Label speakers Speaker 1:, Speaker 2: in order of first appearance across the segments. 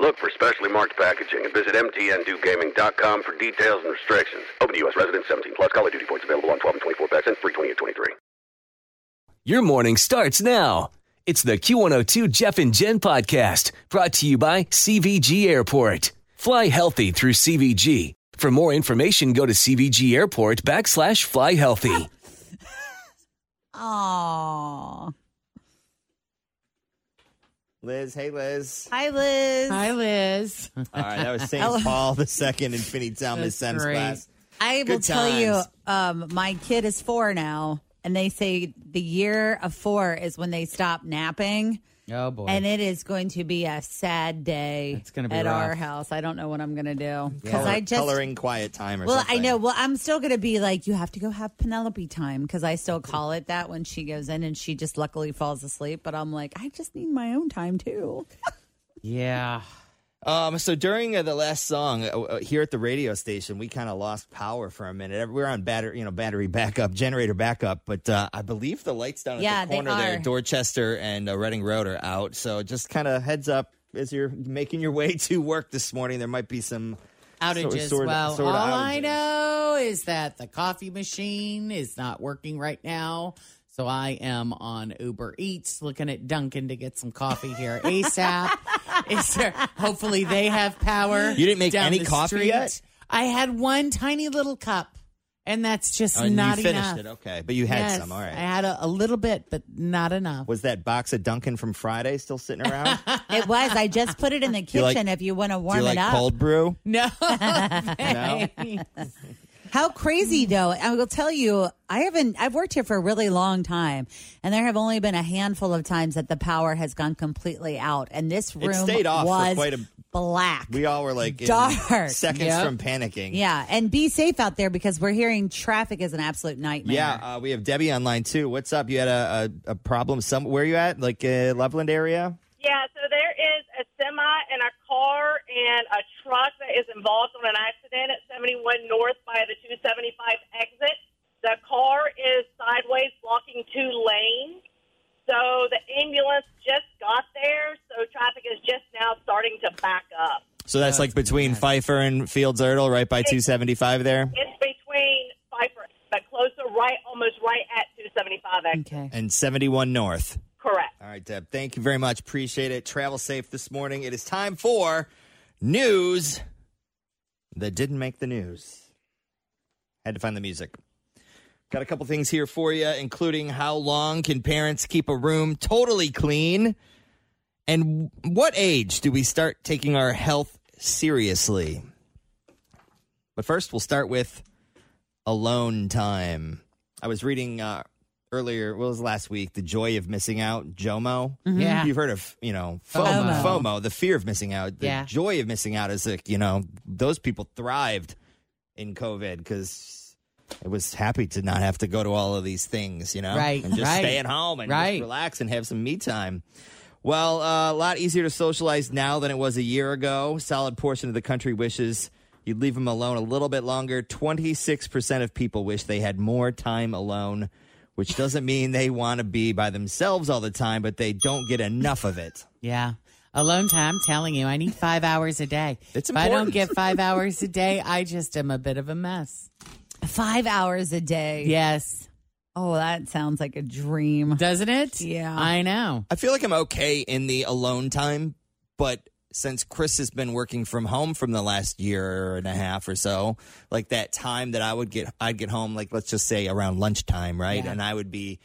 Speaker 1: Look for specially marked packaging and visit mtndewgaming.com for details and restrictions. Open to U.S. residents 17 plus. Call of Duty points available on 12 and 24 packs and 320 and 23.
Speaker 2: Your morning starts now. It's the Q102 Jeff and Jen podcast brought to you by CVG Airport. Fly healthy through CVG. For more information, go to CVG Airport backslash fly healthy.
Speaker 3: Aw.
Speaker 4: Liz, hey Liz.
Speaker 3: Hi, Liz.
Speaker 5: Hi, Liz.
Speaker 4: All right, that was
Speaker 3: Hello.
Speaker 4: St. Paul the second in Finneytown Miss Sem's
Speaker 5: great.
Speaker 4: class.
Speaker 3: I will
Speaker 4: Good
Speaker 3: tell you,
Speaker 4: times.
Speaker 3: um, my kid is four now, and they say the year of four is when they stop napping,
Speaker 5: Oh, boy.
Speaker 3: and it is going to be a sad day
Speaker 5: It's gonna be
Speaker 3: at
Speaker 5: rough.
Speaker 3: our house. I don't know what I'm going to do. Because
Speaker 4: Color-
Speaker 3: I just.
Speaker 4: coloring quiet time or
Speaker 3: well,
Speaker 4: something.
Speaker 3: I know. Well, I'm still going to be like, you have to go have Penelope time because I still call it that when she goes in and she just luckily falls asleep. But I'm like, I just need my own time too.
Speaker 5: yeah.
Speaker 4: Um, so during uh, the last song uh, uh, here at the radio station, we kind of lost power for a minute. We were on battery, you know, battery backup, generator backup, but uh, I believe the lights down at
Speaker 3: Yeah,
Speaker 4: the
Speaker 3: they
Speaker 4: corner
Speaker 3: are.
Speaker 4: there, Dorchester and uh, Reading Road, are out. So just kind of heads up as you're making your way to work this morning, there might be some
Speaker 5: Outages.
Speaker 4: Sort- sort-
Speaker 5: well,
Speaker 4: sort of
Speaker 5: all I
Speaker 4: outages.
Speaker 5: know is that the coffee machine is not working right now. So I am on Uber Eats looking at Dunkin' to get some coffee here ASAP. is there, hopefully they have power.
Speaker 4: You didn't make
Speaker 5: down
Speaker 4: any
Speaker 5: the
Speaker 4: coffee
Speaker 5: street.
Speaker 4: yet?
Speaker 5: I had one tiny little cup, and that's just
Speaker 4: Oh, and
Speaker 5: not
Speaker 4: you finished
Speaker 5: enough.
Speaker 4: it, okay? But you had
Speaker 5: Yes,
Speaker 4: some, all
Speaker 5: I
Speaker 4: right.
Speaker 5: had a, a little bit, but not enough.
Speaker 4: Was that box of Dunkin' from Friday still sitting around?
Speaker 3: It was. I just put it in the
Speaker 4: you
Speaker 3: kitchen
Speaker 4: like-
Speaker 3: if you want to
Speaker 4: Do
Speaker 3: warm
Speaker 4: you like
Speaker 3: it up.
Speaker 4: cold brew?
Speaker 5: No.
Speaker 4: No?
Speaker 3: How
Speaker 4: Mm.
Speaker 3: crazy though! I will tell you, I haven't. I've worked here for a really long time, and there have only been a handful of times that the power has gone completely out, and this room
Speaker 4: stayed off for
Speaker 3: was
Speaker 4: quite a-
Speaker 3: black.
Speaker 4: We all were like in
Speaker 3: Dark.
Speaker 4: seconds
Speaker 5: Yep.
Speaker 4: from panicking.
Speaker 3: yeah, and be safe out there because we're hearing traffic is an absolute nightmare.
Speaker 4: Yeah, uh, we have Debbie online too. What's up? You had a, a, a problem. Some where you at? Like uh, Loveland area?
Speaker 6: Yeah, so there is a semi and a car and a truck that is involved on an accident at 71 North by the 275 exit. The car is sideways blocking two lanes. So the ambulance just got there, so traffic is just now starting to back up.
Speaker 4: So that's like between Pfeiffer and Fields Ertl, right by 275 there.
Speaker 6: It's between Pfeiffer, but closer right, almost right at 275 exit.
Speaker 3: Okay.
Speaker 4: And 71 North.
Speaker 6: Correct.
Speaker 4: All right, Deb. Thank you very much. Appreciate it. Travel safe this morning. It is time for news that didn't make the news. Had to find the music. Got a couple things here for you, including how long can parents keep a room totally clean? And what age do we start taking our health seriously? But first, we'll start with alone time. I was reading uh, earlier, what was last week? The Joy of Missing Out, JOMO.
Speaker 5: Yeah.
Speaker 4: You've heard of, you know, FOMO,
Speaker 5: FOMO.
Speaker 4: FOMO, the fear of missing out. The
Speaker 5: Yeah.
Speaker 4: joy of missing out is like, you know, those people thrived in COVID because it was happy to not have to go to all of these things, you know?
Speaker 5: Right,
Speaker 4: And just
Speaker 5: right,
Speaker 4: stay at home and
Speaker 5: right.
Speaker 4: just relax and have some me time. Well, uh, a lot easier to socialize now than it was a year ago. Solid portion of the country wishes you'd leave them alone a little bit longer. 26% of people wish they had more time alone which doesn't mean they want to be by themselves all the time, but they don't get enough of it.
Speaker 5: Yeah. Alone time, telling you, I need five hours a day.
Speaker 4: It's
Speaker 5: if I don't
Speaker 4: important.
Speaker 5: get five hours a day, I just am a bit of a mess.
Speaker 3: Five hours a day.
Speaker 5: Yes.
Speaker 3: Oh, that sounds like a dream.
Speaker 5: Doesn't it?
Speaker 3: Yeah.
Speaker 5: I know.
Speaker 4: I feel like I'm okay in the alone time, but since Chris has been working from home from the last year and a half or so, like that time that I would get, I'd get home, like let's just say around lunchtime, right? And I would be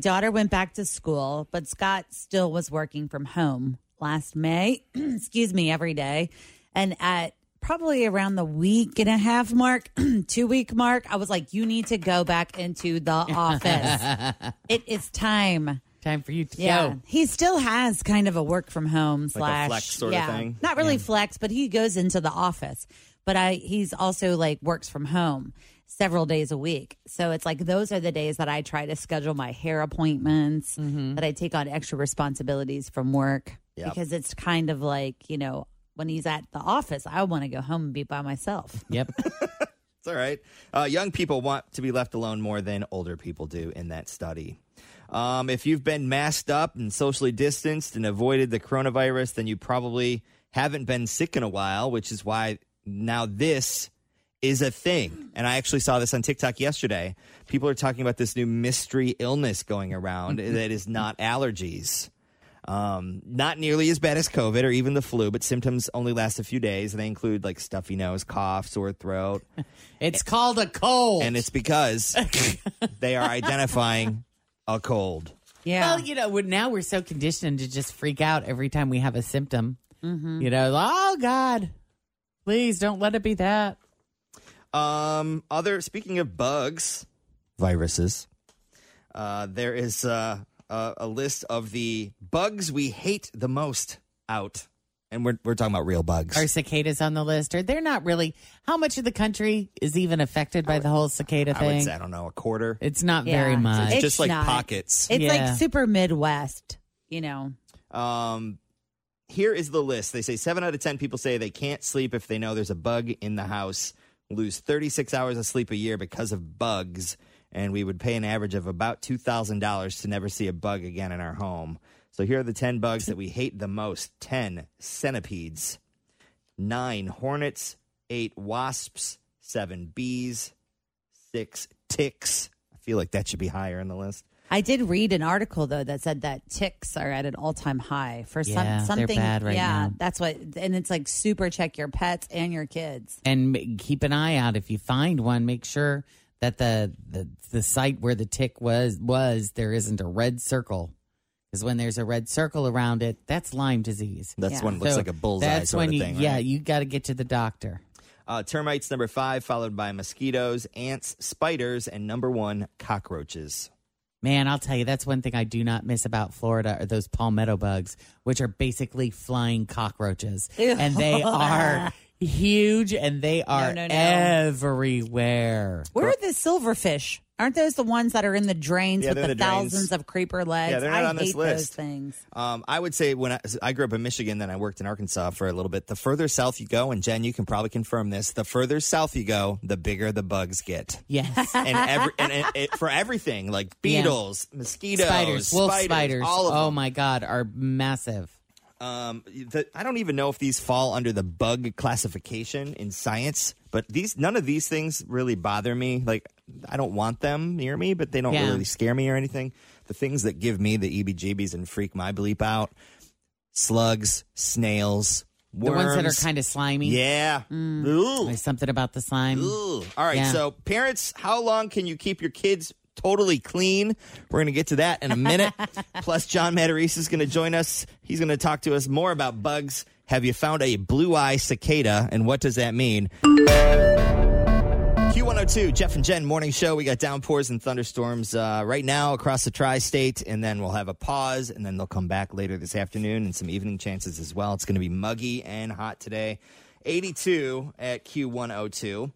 Speaker 3: daughter went back to school, but Scott still was working from home last May, excuse me, every day. And at probably around the week and a half mark, two week mark, I was like, you need to go back into the office. it is time.
Speaker 5: Time for you to go.
Speaker 3: He still has kind of a work from home slash
Speaker 4: flex sort of
Speaker 3: yeah.
Speaker 4: thing?
Speaker 3: Not really flex, but he goes into the office. But I he's also like works from home several days a week. So it's like those are the days that I try to schedule my hair appointments,
Speaker 4: Mm-hmm.
Speaker 3: that I take on extra responsibilities from work. Because it's kind of like, you know, when he's at the office, I want to go home and be by myself.
Speaker 5: Yep.
Speaker 4: It's all right. Uh, young people want to be left alone more than older people do in that study. Um, if you've been masked up and socially distanced and avoided the coronavirus, then you probably haven't been sick in a while, which is why now this is a thing. And I actually saw this on TikTok yesterday. People are talking about this new mystery illness going around that is not allergies. Um, not nearly as bad as COVID or even the flu, but symptoms only last a few days. And they include like stuffy nose, cough, sore throat,
Speaker 5: It's called a cold.
Speaker 4: and it's because they are identifying a cold.
Speaker 3: Yeah.
Speaker 5: Well, you know, we're- now we're so conditioned to just freak out every time we have a symptom.
Speaker 4: Mm-hmm.
Speaker 5: You know, oh God, please don't let it be that.
Speaker 4: Um, other speaking of bugs, viruses. Uh, there is uh, a, a list of the bugs we hate the most out, and we're we're talking about real bugs.
Speaker 5: Are cicadas on the list? Or they're not really. How much of the country is even affected by the whole cicada
Speaker 4: I
Speaker 5: thing?
Speaker 4: would say I don't know a quarter.
Speaker 5: It's not
Speaker 3: Yeah.
Speaker 5: very
Speaker 3: So
Speaker 5: much.
Speaker 4: It's
Speaker 3: it's
Speaker 4: just like
Speaker 3: not.
Speaker 4: pockets.
Speaker 3: it's
Speaker 5: Yeah.
Speaker 3: like super Midwest, you know.
Speaker 4: Um, here is the list. They say seven out of 10 people say they can't sleep if they know there's a bug in the house, lose 36 hours of sleep a year because of bugs, and we would pay an average of about $2,000 to never see a bug again in our home. So here are the 10 bugs that we hate the most 10 centipedes, nine hornets, eight wasps, seven bees, six ticks. I feel like that should be higher on the list.
Speaker 3: I did read an article though that said that ticks are at an all-time high for some
Speaker 5: Yeah, they're
Speaker 3: something.
Speaker 5: bad right
Speaker 3: yeah,
Speaker 5: now.
Speaker 3: that's what, and it's like super check your pets and your kids.
Speaker 5: and m- keep an eye out if you find one make sure that the the, the site where the tick was was there isn't a red circle because when there's a red circle around it that's lyme disease
Speaker 4: That's
Speaker 3: Yeah.
Speaker 4: one looks
Speaker 5: So
Speaker 4: like a bullseye
Speaker 5: that's
Speaker 4: sort
Speaker 5: when
Speaker 4: of
Speaker 5: you,
Speaker 4: thing.
Speaker 5: yeah
Speaker 4: right?
Speaker 5: you got to get to the doctor
Speaker 4: Uh, termites number five, followed by mosquitoes, ants, spiders, and number one, cockroaches.
Speaker 5: man i'll tell you that's one thing i do not miss about florida are those palmetto bugs which are basically flying cockroaches and they are huge and they are
Speaker 3: no, no.
Speaker 5: everywhere
Speaker 3: Where are the silverfish? Aren't those the ones that are in the drains
Speaker 4: Yeah,
Speaker 3: with
Speaker 4: they're
Speaker 3: the,
Speaker 4: the drains.
Speaker 3: thousands of creeper legs?
Speaker 4: Yeah, they're not
Speaker 3: I
Speaker 4: on
Speaker 3: hate
Speaker 4: this
Speaker 3: those
Speaker 4: list.
Speaker 3: things.
Speaker 4: Um, I would say when I, I grew up in Michigan, then I worked in Arkansas for a little bit. The further south you go, and Jen, you can probably confirm this: the further south you go, the bigger the bugs get.
Speaker 5: Yes.
Speaker 4: and, every, and, and it, for everything like
Speaker 5: Yeah.
Speaker 4: beetles, mosquitoes,
Speaker 5: spiders, wolf spiders,
Speaker 4: all of
Speaker 5: oh
Speaker 4: them.
Speaker 5: my god, are massive.
Speaker 4: Um, the, I don't even know if these fall under the bug classification in science, but these none of these things really bother me. Like I don't want them near me, but they don't
Speaker 5: Yeah.
Speaker 4: really scare me or anything. The things that give me the EBGBs and freak my bleep out: slugs, snails, worms.
Speaker 5: The ones that are Mm. kind of slimy.
Speaker 4: Yeah. Ooh.
Speaker 5: There's something about the slime.
Speaker 4: Ooh. All right.
Speaker 5: Yeah.
Speaker 4: So, parents, how long can you keep your kids totally clean? We're going to get to that in a minute. Plus, John Matarese is going to join us. He's going to talk to us more about bugs. Have you found a blue eye cicada, and what does that mean? Q102, Jeff and Jen morning show. We got downpours and thunderstorms uh, right now across the tri state, and then we'll have a pause, and then they'll come back later this afternoon and some evening chances as well. It's going to be muggy and hot today. 82 at Q102.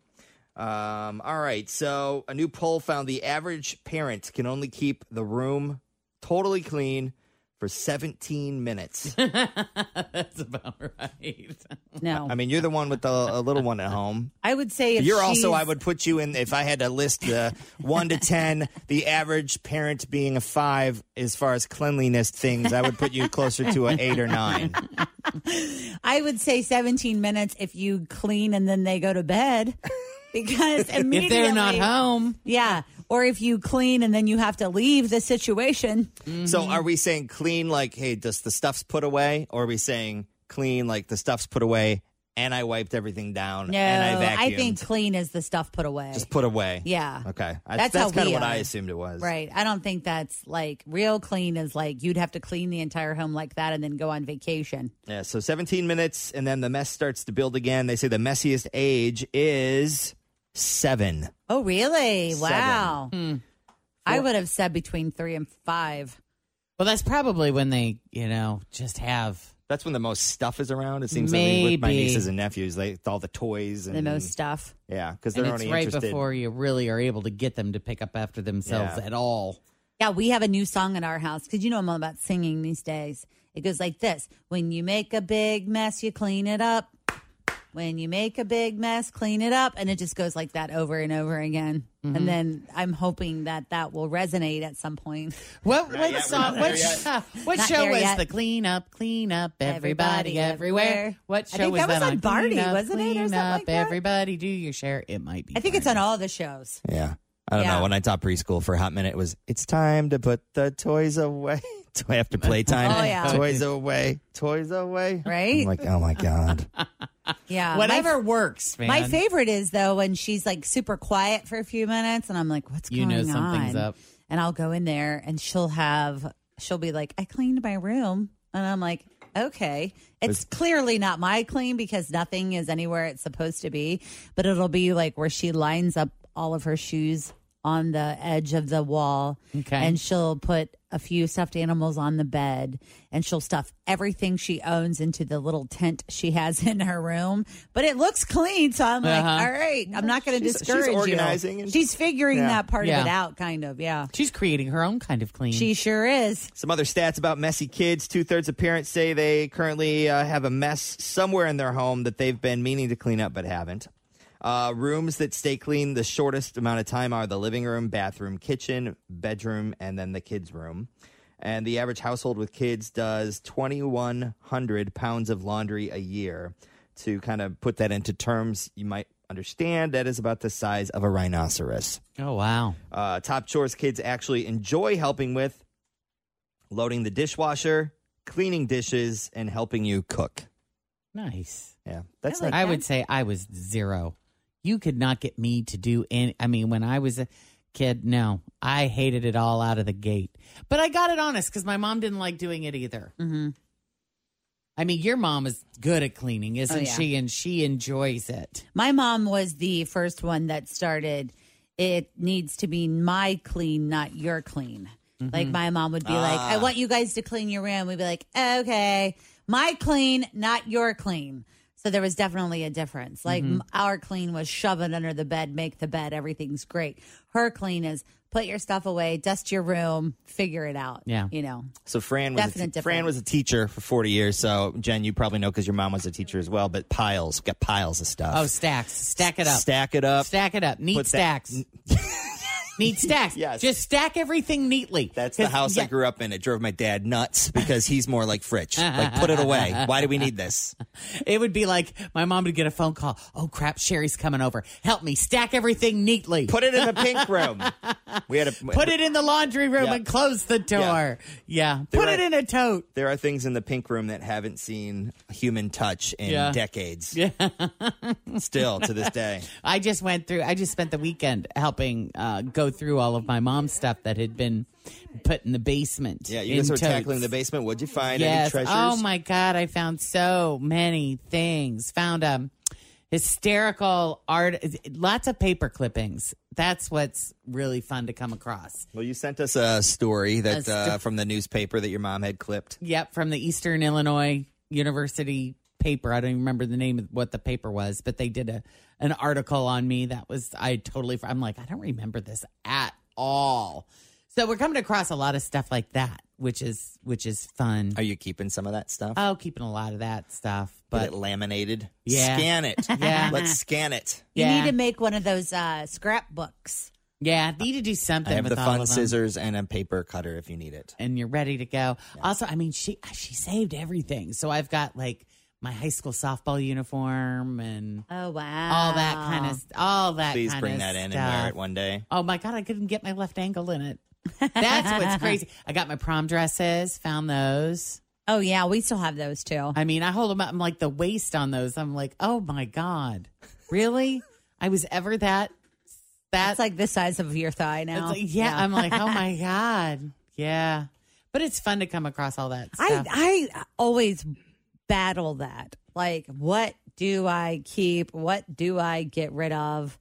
Speaker 4: Um, all right, so a new poll found the average parent can only keep the room totally clean for 17 minutes.
Speaker 5: That's about right.
Speaker 3: No,
Speaker 4: I mean, you're the one with the a little one at home.
Speaker 3: I would say if
Speaker 4: You're also,
Speaker 3: she's-
Speaker 4: I would put you in, if I had to list the one to 10, the average parent being a five as far as cleanliness things, I would put you closer to an eight or nine.
Speaker 3: I would say 17 minutes if you clean and then they go to bed because immediately
Speaker 5: If they're not home,
Speaker 3: Yeah, or if you clean and then you have to leave the situation.
Speaker 4: So are we saying clean, like, hey, just the stuff's put away? Or are we saying clean, like, the stuff's put away and I wiped everything down
Speaker 3: No,
Speaker 4: and I vacuumed?
Speaker 3: I think clean is the stuff put away.
Speaker 4: Just put away.
Speaker 3: Yeah.
Speaker 4: Okay. I-
Speaker 3: That's how
Speaker 4: That's, kind
Speaker 3: we
Speaker 4: of what I
Speaker 3: are.
Speaker 4: assumed it was.
Speaker 3: Right. I don't think that's like real clean is like you'd have to clean the entire home like that and then go on vacation.
Speaker 4: Yeah. So 17 minutes, and then the mess starts to build again. They say the messiest age is seven.
Speaker 3: Oh, really?
Speaker 4: Seven.
Speaker 3: Wow. I would have said between three and five.
Speaker 5: well, that's probably when they, you know, just have.
Speaker 4: That's when the most stuff is around. It seems like with my
Speaker 5: Maybe.
Speaker 4: nieces and nephews, they with all the toys and
Speaker 3: The most stuff.
Speaker 4: Yeah, because they're
Speaker 5: And it's
Speaker 4: only
Speaker 5: right
Speaker 4: interested.
Speaker 5: before you really are able to get them to pick up after themselves
Speaker 4: Yeah.
Speaker 5: at all.
Speaker 3: Yeah, we have a new song in our house because you know I'm all about singing these days. It goes like this When you make a big mess, you clean it up. When you make a big mess, clean it up. And it just goes like that over and over again.
Speaker 5: Mm-hmm.
Speaker 3: And then I'm hoping that that will resonate at some point.
Speaker 5: What what
Speaker 4: yet, we're not
Speaker 5: song?
Speaker 4: there
Speaker 5: uh, What,
Speaker 4: yet.
Speaker 5: show- what
Speaker 3: Not
Speaker 5: show
Speaker 3: there
Speaker 5: was
Speaker 3: yet.
Speaker 5: the clean up, clean up,
Speaker 3: Everybody,
Speaker 5: everybody, everywhere?
Speaker 3: everywhere.
Speaker 5: What show
Speaker 3: I think
Speaker 5: was
Speaker 3: that was on
Speaker 5: Clean
Speaker 3: Barney,
Speaker 5: up,
Speaker 3: wasn't it, or
Speaker 5: clean
Speaker 3: something
Speaker 5: up,
Speaker 3: like that?
Speaker 5: everybody, do your share. It might be.
Speaker 3: I think it's on all the shows.
Speaker 4: Yeah. I don't
Speaker 3: Yeah.
Speaker 4: know. When I taught preschool for a hot minute, it was it's time to put the toys away. Do I have to play time?
Speaker 3: Oh, yeah.
Speaker 4: Toys away. Toys away.
Speaker 3: Right?
Speaker 4: I'm like, oh my God.
Speaker 3: yeah. My,
Speaker 5: whatever works, man.
Speaker 3: my favorite is though when she's like super quiet for a few minutes and I'm like, what's
Speaker 5: You know
Speaker 3: going
Speaker 5: something's
Speaker 3: on?
Speaker 5: up.
Speaker 3: And I'll go in there and she'll have, she'll be like, I cleaned my room. And I'm like, okay. It's clearly not my clean because nothing is anywhere it's supposed to be. But it'll be like where she lines up all of her shoes on the edge of the wall.
Speaker 5: Okay.
Speaker 3: And she'll put a few stuffed animals on the bed and she'll stuff everything she owns into the little tent she has in her room. But it looks clean. So I'm like,
Speaker 5: Uh-huh.
Speaker 3: all right, I'm not going to
Speaker 4: She's- she's
Speaker 3: discourage you.
Speaker 4: organizing and-
Speaker 3: she's figuring
Speaker 4: Yeah.
Speaker 3: that part
Speaker 5: Yeah. Mm.
Speaker 3: of it out, kind of. Yeah.
Speaker 5: She's creating her own kind of clean.
Speaker 3: She sure is.
Speaker 4: Some other stats about messy kids. Two thirds of parents say they currently uh, have a mess somewhere in their home that they've been meaning to clean up but haven't. Uh, rooms that stay clean the shortest amount of time are the living room, bathroom, kitchen, bedroom, and then the kids' room. And the average household with kids does 2,100 pounds of laundry a year. To kind of put that into terms you might understand, that is about the size of a rhinoceros.
Speaker 5: oh wow,
Speaker 4: Uh, top chores kids actually enjoy helping with loading the dishwasher, cleaning dishes, and helping you cook.
Speaker 5: nice.
Speaker 4: Yeah, that's
Speaker 5: I would say I was zero. You could not get me to do any. I mean, when I was a kid, no, I hated it all out of the gate. But I got it honest because my mom didn't like doing it either.
Speaker 3: Mm-hmm.
Speaker 5: I mean, your mom is good at cleaning, isn't
Speaker 3: Oh, yeah.
Speaker 5: she? And she enjoys it.
Speaker 3: My mom was the first one that started. It needs to be my clean, not your clean.
Speaker 5: Mm-hmm.
Speaker 3: Like my mom would be
Speaker 5: Ah.
Speaker 3: like, "I want you guys to clean your room." We'd be like, "Okay, my clean, not your clean." So So there was definitely a difference. Like
Speaker 7: Mhm.
Speaker 5: Mm-hmm.
Speaker 3: m- our clean was shove it under the bed, make the bed, everything's great. Her clean is put your stuff away, dust your room, figure it out.
Speaker 4: Yeah.
Speaker 3: You know.
Speaker 4: So Fran was a
Speaker 3: Definite
Speaker 4: te-
Speaker 3: difference.
Speaker 4: Fran was a teacher for 40 years. So Jen, you probably know because your mom was a teacher as well. But piles, got piles of stuff.
Speaker 5: Oh, stacks. Stack it up.
Speaker 4: Stack it up.
Speaker 5: Stack it up. Neat
Speaker 4: Put that-
Speaker 5: stacks. Neat stacks. yes. Just stack everything neatly.
Speaker 4: That's the house I grew up in. It drove my dad nuts because he's more like Fritch. like put it away. Why do we need this?
Speaker 5: It would be like my mom would get a phone call. Oh crap, Sherry's coming over. Help me stack everything neatly.
Speaker 4: Put it in the pink room. We had a
Speaker 5: Put it in the laundry room
Speaker 4: Yeah.
Speaker 5: and close the door. Yeah.
Speaker 4: There
Speaker 5: Put
Speaker 4: are-
Speaker 5: it in a tote.
Speaker 4: There are things in the pink room that haven't seen human touch in
Speaker 5: Yeah.
Speaker 4: decades.
Speaker 5: Yeah.
Speaker 4: Still to this day.
Speaker 5: I just went through. I just spent the weekend helping uh, go through all of my mom's stuff that had been put in the basement.
Speaker 4: Yeah, you
Speaker 5: in
Speaker 4: guys were
Speaker 5: totes.
Speaker 4: tackling the basement. What'd you find? Any
Speaker 5: Yes.
Speaker 4: treasures?
Speaker 5: Oh my god, I found so many things. Found um hysterical art lots of paper clippings. That's what's really fun to come across.
Speaker 4: Well, you sent us a story that
Speaker 5: A sto-
Speaker 4: uh, from the newspaper that your mom had clipped.
Speaker 5: Yep, from the Eastern Illinois University paper. I don't even remember the name of what the paper was, but they did a an article on me that was I totally I'm like, I don't remember this at all. So we're coming across a lot of stuff like that, which is which is fun.
Speaker 4: Are you keeping some of that stuff?
Speaker 5: Oh, keeping a lot of that stuff,
Speaker 4: Get
Speaker 5: but
Speaker 4: it laminated.
Speaker 5: Yeah.
Speaker 4: Scan it.
Speaker 5: Yeah.
Speaker 4: Let's scan it.
Speaker 3: You
Speaker 5: Yeah.
Speaker 3: need to make one of those uh, scrapbooks.
Speaker 5: Yeah, I need to do
Speaker 4: I
Speaker 5: something
Speaker 4: have
Speaker 5: with
Speaker 4: the
Speaker 5: all
Speaker 4: fun
Speaker 5: of 'em.
Speaker 4: scissors and a paper cutter if you need it.
Speaker 5: and you're ready to go. Also, I mean, she she saved everything. So I've got like my high school softball uniform and
Speaker 3: Oh wow.
Speaker 5: all that kind of all that.
Speaker 4: Please
Speaker 5: kind
Speaker 4: bring
Speaker 5: of
Speaker 4: that in
Speaker 5: stuff.
Speaker 4: and wear it one day.
Speaker 5: Oh my god, I couldn't get my left ankle in it. That's what's crazy. I got my prom dresses, found those.
Speaker 3: Oh yeah, we still have those too.
Speaker 5: I mean, I hold them up. I'm like the waist on those. I'm like, oh my god, really? I was ever that that
Speaker 3: That's like the size of your thigh now.
Speaker 5: It's like, yeah, I'm like, oh my god, yeah. But it's fun to come across all that stuff.
Speaker 3: I I always battle that. Like, what do I keep? What do I get rid of?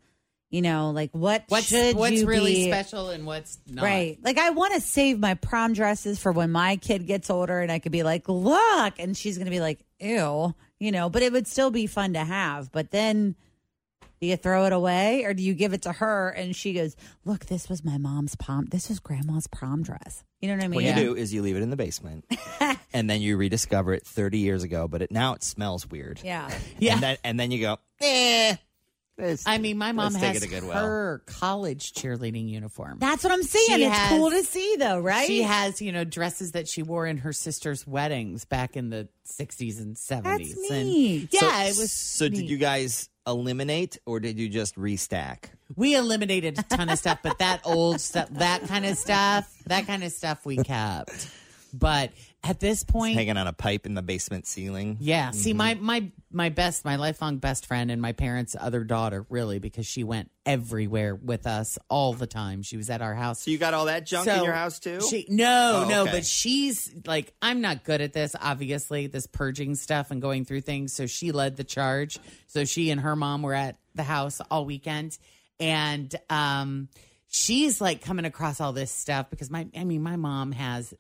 Speaker 3: You know, like what
Speaker 5: what's
Speaker 3: should
Speaker 5: what's
Speaker 3: you
Speaker 5: really
Speaker 3: be-
Speaker 5: special and what's not?
Speaker 3: Right. Like I want to save my prom dresses for when my kid gets older and I could be like, "Look." And she's going to be like, "Ew." You know, but it would still be fun to have. But then do you throw it away or do you give it to her and she goes, "Look, this was my mom's prom. This was grandma's prom dress." You know what I mean?
Speaker 4: What you do is you leave it in the basement, and then you rediscover it 30 years ago, but it, now it smells weird.
Speaker 3: Yeah.
Speaker 5: Yeah.
Speaker 4: And then, and then you go,
Speaker 5: Eh.
Speaker 4: Let's-
Speaker 5: I mean, my mom
Speaker 4: let's take
Speaker 5: has
Speaker 4: it to Goodwill.
Speaker 5: her college cheerleading uniform.
Speaker 3: That's what I'm saying.
Speaker 5: She
Speaker 3: it's
Speaker 5: has-
Speaker 3: cool to see though, right?
Speaker 5: She has, you know, dresses that she wore in her sister's weddings back in the 60s and 70s. And
Speaker 3: neat.
Speaker 5: yeah,
Speaker 4: So-
Speaker 5: it was
Speaker 4: So did you guys eliminate or did you just restack?
Speaker 5: We eliminated a ton of stuff, but that old stuff, that kind of stuff, that kind of stuff we kept. But at this point,
Speaker 4: Hanging on a pipe in the basement ceiling.
Speaker 5: Yeah. See,
Speaker 4: Mm-hmm.
Speaker 5: my my my best, my lifelong best friend, and my parents' other daughter, really, because she went everywhere with us all the time. She was at our house.
Speaker 4: So you got all that junk in
Speaker 5: So
Speaker 4: your house too?
Speaker 5: She no,
Speaker 4: Oh,
Speaker 5: no,
Speaker 4: okay.
Speaker 5: but she's like, I'm not good at this, obviously, this purging stuff and going through things. So she led the charge. So she and her mom were at the house all weekend. And um she's like coming across all this stuff because my I mean, my mom has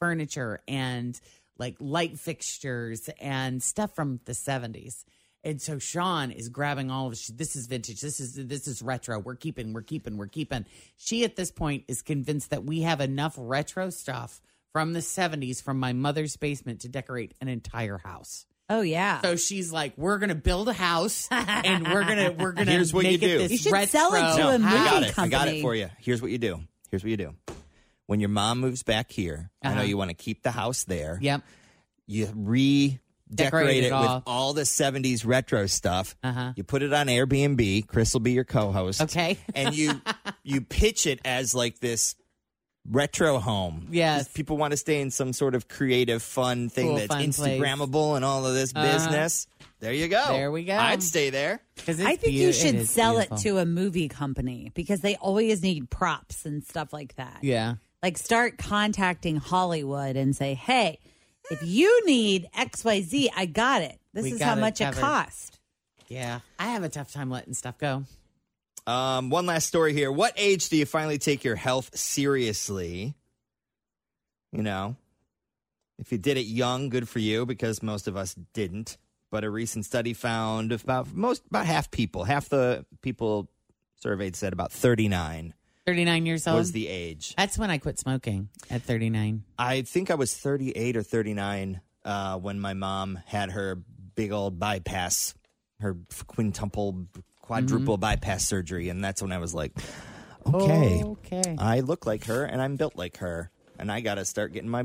Speaker 5: furniture and like light fixtures and stuff from the 70s. And so Sean is grabbing all of she, this is vintage. This is this is retro. We're keeping, we're keeping, we're keeping. She at this point is convinced that we have enough retro stuff from the 70s from my mother's basement to decorate an entire house.
Speaker 3: Oh yeah.
Speaker 5: So she's like, we're gonna build a house and we're gonna we're gonna
Speaker 4: Here's what you
Speaker 5: make it
Speaker 4: do.
Speaker 5: this
Speaker 3: You should sell it
Speaker 5: retro
Speaker 3: to a
Speaker 5: house.
Speaker 4: I got
Speaker 3: movie
Speaker 4: it. I got
Speaker 3: company.
Speaker 4: it for you. Here's what you do. Here's what you do. When your mom moves back here, I know
Speaker 5: Uh-huh.
Speaker 4: you want to keep the house there.
Speaker 5: Yep.
Speaker 4: You redecorate
Speaker 5: Decorate it
Speaker 4: it
Speaker 5: all.
Speaker 4: with all the 70s retro stuff.
Speaker 5: Uh-huh.
Speaker 4: You put it on Airbnb. Chris will be your co-host.
Speaker 5: Okay.
Speaker 4: and you you pitch it as like this retro home.
Speaker 5: Yes.
Speaker 4: These people want to stay in some sort of creative, fun thing
Speaker 5: Cool,
Speaker 4: that's
Speaker 5: fun place. Uh-huh.
Speaker 4: Instagrammable and all of this business. There you go.
Speaker 5: There we go.
Speaker 4: I'd stay there.
Speaker 5: 'Cause it's
Speaker 3: I think
Speaker 5: beau-
Speaker 3: you
Speaker 5: it
Speaker 3: should
Speaker 5: is
Speaker 3: sell
Speaker 5: beautiful.
Speaker 3: it to a movie company because they always need props and stuff like that.
Speaker 5: Yeah.
Speaker 3: Like start contacting Hollywood and say, "Hey, if you need XYZ, I got it. This
Speaker 5: We
Speaker 3: is
Speaker 5: got
Speaker 3: how
Speaker 5: it
Speaker 3: much
Speaker 5: covered."
Speaker 3: it cost."
Speaker 5: Yeah. I have a tough time letting stuff go.
Speaker 4: Um, one last story here. What age do you finally take your health seriously? You know, if you did it young, good for you because most of us didn't. but a recent study found about most about half people, half the people surveyed said about 39
Speaker 5: 39 years old.
Speaker 4: was the age.
Speaker 5: That's when I quit smoking at 39.
Speaker 4: I think I was 38 or 39 uh, when my mom had her big old bypass, her quintuple, quadruple
Speaker 5: Mm-hmm.
Speaker 4: bypass surgery. And that's when I was like, okay,
Speaker 5: Okay.
Speaker 4: I look like her and I'm built like her. And I got to start getting my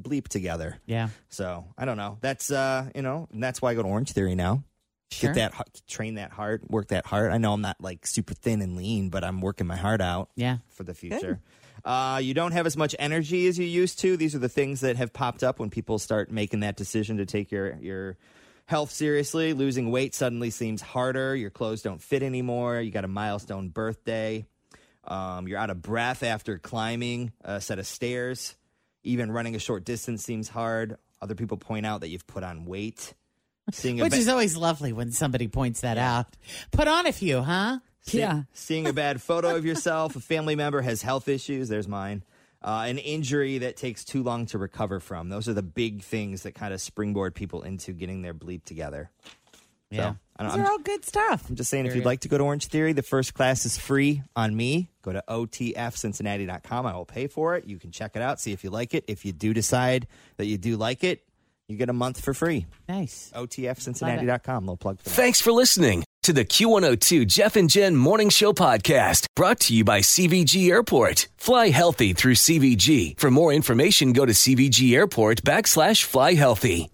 Speaker 4: bleep together.
Speaker 5: yeah.
Speaker 4: So I don't know. That's, uh, you know, and that's why I go to Orange Theory now.
Speaker 5: Sure.
Speaker 4: Get that, hu- train that heart, work that heart. I know I'm not like super thin and lean, but I'm working my heart out
Speaker 5: Yeah.
Speaker 4: for the future. Uh, you don't have as much energy as you used to. These are the things that have popped up when people start making that decision to take your your health seriously. Losing weight suddenly seems harder. Your clothes don't fit anymore. You got a milestone birthday. Um, you're out of breath after climbing a set of stairs. Even running a short distance seems hard. Other people point out that you've put on weight. Seeing a
Speaker 5: Which
Speaker 4: ba-
Speaker 5: is always lovely when somebody points that out. Put on a few, huh?
Speaker 4: See- Seeing a bad photo of yourself, a family member has health issues, there's mine. Uh, an injury that takes too long to recover from. Those are the big things that kind of springboard people into getting their bleep together.
Speaker 5: Yeah.
Speaker 4: So, I don't,
Speaker 3: These
Speaker 4: I'm,
Speaker 3: are all good stuff.
Speaker 4: I'm just saying, if you'd like to go to Orange Theory, the first class is free on me. Go to otfcincinnati.com. I will pay for it. You can check it out, see if you like it. If you do decide that you do like it, you get a month for free.
Speaker 5: Nice.
Speaker 4: otfcincinnati.com. Little plug for that.
Speaker 2: Thanks for listening to the Q102 Jeff and Jen Morning Show podcast brought to you by CVG Airport. Fly healthy through CVG. For more information, go to CVG Airport backslash fly healthy.